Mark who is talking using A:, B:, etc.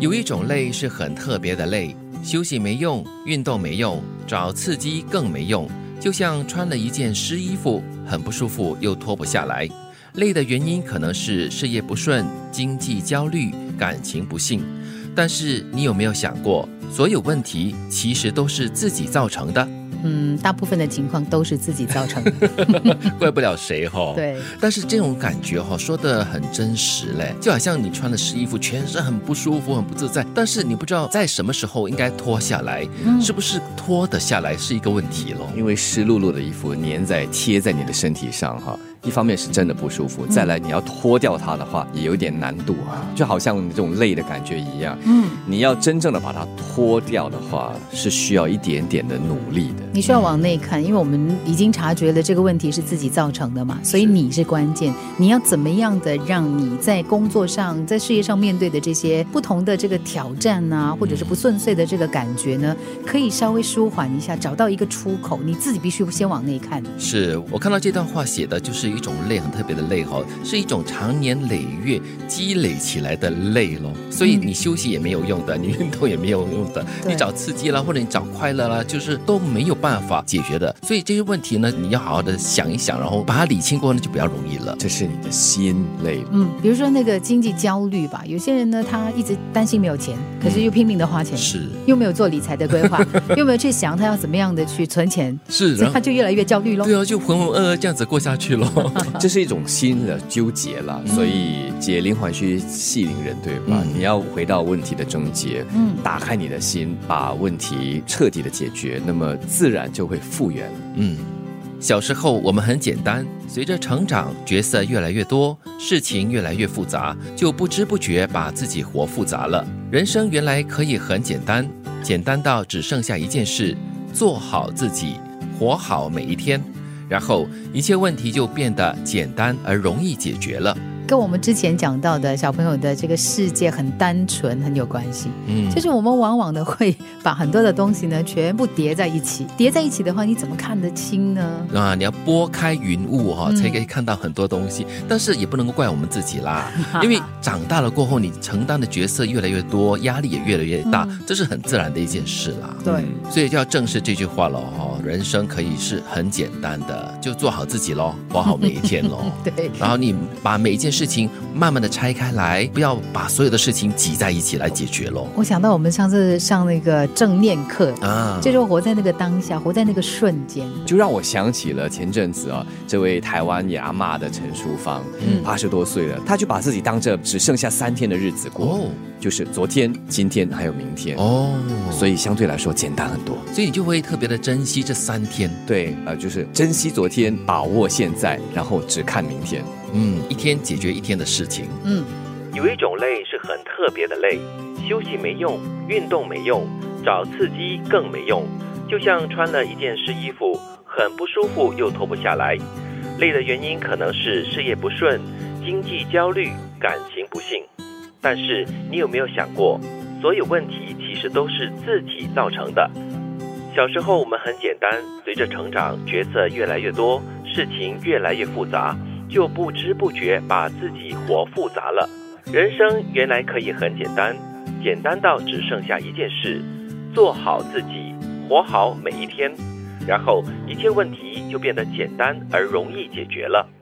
A: 有一种累是很特别的累，休息没用，运动没用，找刺激更没用，就像穿了一件湿衣服，很不舒服又脱不下来。累的原因可能是事业不顺、经济焦虑、感情不幸。但是你有没有想过，所有问题其实都是自己造成的？
B: 嗯，大部分的情况都是自己造 成的。
A: 怪不了谁哈、哦。。
B: 对，
A: 但是这种感觉哈、说的很真实嘞，就好像你穿了湿衣服，全身很不舒服、很不自在，但是你不知道在什么时候应该脱下来，
B: 嗯
A: 是不是脱得下来是一个问题咯。
C: 因为湿漉漉的衣服粘在贴在你的身体上哈，一方面是真的不舒服，再来你要脱掉它的话也有点难度啊，就好像你这种累的感觉一样。
B: 嗯，
C: 你要真正的把它脱掉的话，是需要一点点的努力的。
B: 你需要往内看，因为我们已经察觉了这个问题是自己造成的嘛，所以你是关键。你要怎么样的让你在工作上、在事业上面对的这些不同的这个挑战啊，或者是不顺遂的这个感觉呢，可以稍微舒缓一下，找到一个出口。你自己必须先往内看。
A: 是我看到这段话写的就是一种累，很特别的累哈、是一种常年累月积累起来的累咯。所以
B: 嗯
A: 你休息也没有用的，你运动也没有用的，
B: 对
A: 你找刺激啦，或者你找快乐啦，就是都没有办法解决的。所以这些问题呢，你要好好的想一想，然后把它理清过呢，就比较容易了。
C: 这是你的心累，
B: 嗯，比如说那个经济焦虑吧，有些人呢，他一直担心没有钱，可嗯是又拼命的花钱。
A: 是
B: 又没有做理财的规划，又没有去想他要怎么样的去存钱，
A: 是，
B: 所
A: 然
B: 以他
A: 后
B: 就越来越焦虑咯。
A: 对啊，就浑浑噩噩这样子过下去 咯。
C: 这是一种心的纠结了。所以解铃还须系铃人，对吧？
A: 嗯
C: 你要回到问题的症结，
B: 嗯
C: 打开你的心，把问题彻底的解决，那么自然就会复原了。
A: 嗯，小时候我们很简单，随着成长，角色越来越多，事情越来越复杂，就不知不觉把自己活复杂了。人生原来可以很简单，简单到只剩下一件事：做好自己，活好每一天。然后一切问题就变得简单而容易解决了。
B: 跟我们之前讲到的小朋友的这个世界很单纯很有关系，
A: 嗯
B: 就是我们往往呢会把很多的东西呢全部叠在一起，叠在一起的话，你怎么看得清呢？
A: 啊，你要拨开云雾哈、
B: 嗯
A: 才可以看到很多东西。但是也不能够怪我们自己啦，
B: 啊
A: 因为长大了过后，你承担的角色越来越多，压力也越来越大，
B: 嗯
A: 这是很自然的一件事啦。
B: 对
C: 嗯
A: 所以就要正视这句话了哦，人生可以是很简单的，就做好自己喽，活好每一天 喽。
B: 对，
A: 然后你把每一件事情慢慢的拆开来，不要把所有的事情挤在一起来解决 喽。
B: 我想到我们上次上那个正念课，
A: 啊，
B: 就是活在那个当下，活在那个瞬间。
C: 就让我想起了前阵子啊，这位台湾也阿嬷的陈淑芳，
A: 嗯
C: 八十多岁了，她就把自己当这只剩下三天的日子过，
A: 哦
C: 就是昨天、今天还有明天，
A: 哦，所
C: 所以相对来说简单很多。
A: 以所以你就会特别的珍惜这三天。
C: 对，呃，就是珍惜昨天，把握现在，然后只看明天。
A: 嗯，一天解决一天的事情。
B: 嗯，
A: 有一种累是很特别的累，休息没用，运动没用，找刺激更没用，就像穿了一件湿衣服，很不舒服又脱不下来。累的原因可能是事业不顺、经济焦虑、感情不幸。但是你有没有想过，所有问题其实都是自己造成的？小时候我们很简单，随着成长，角色越来越多，事情越来越复杂，就不知不觉把自己活复杂了。人生原来可以很简单，简单到只剩下一件事：做好自己，活好每一天，然后一切问题就变得简单而容易解决了。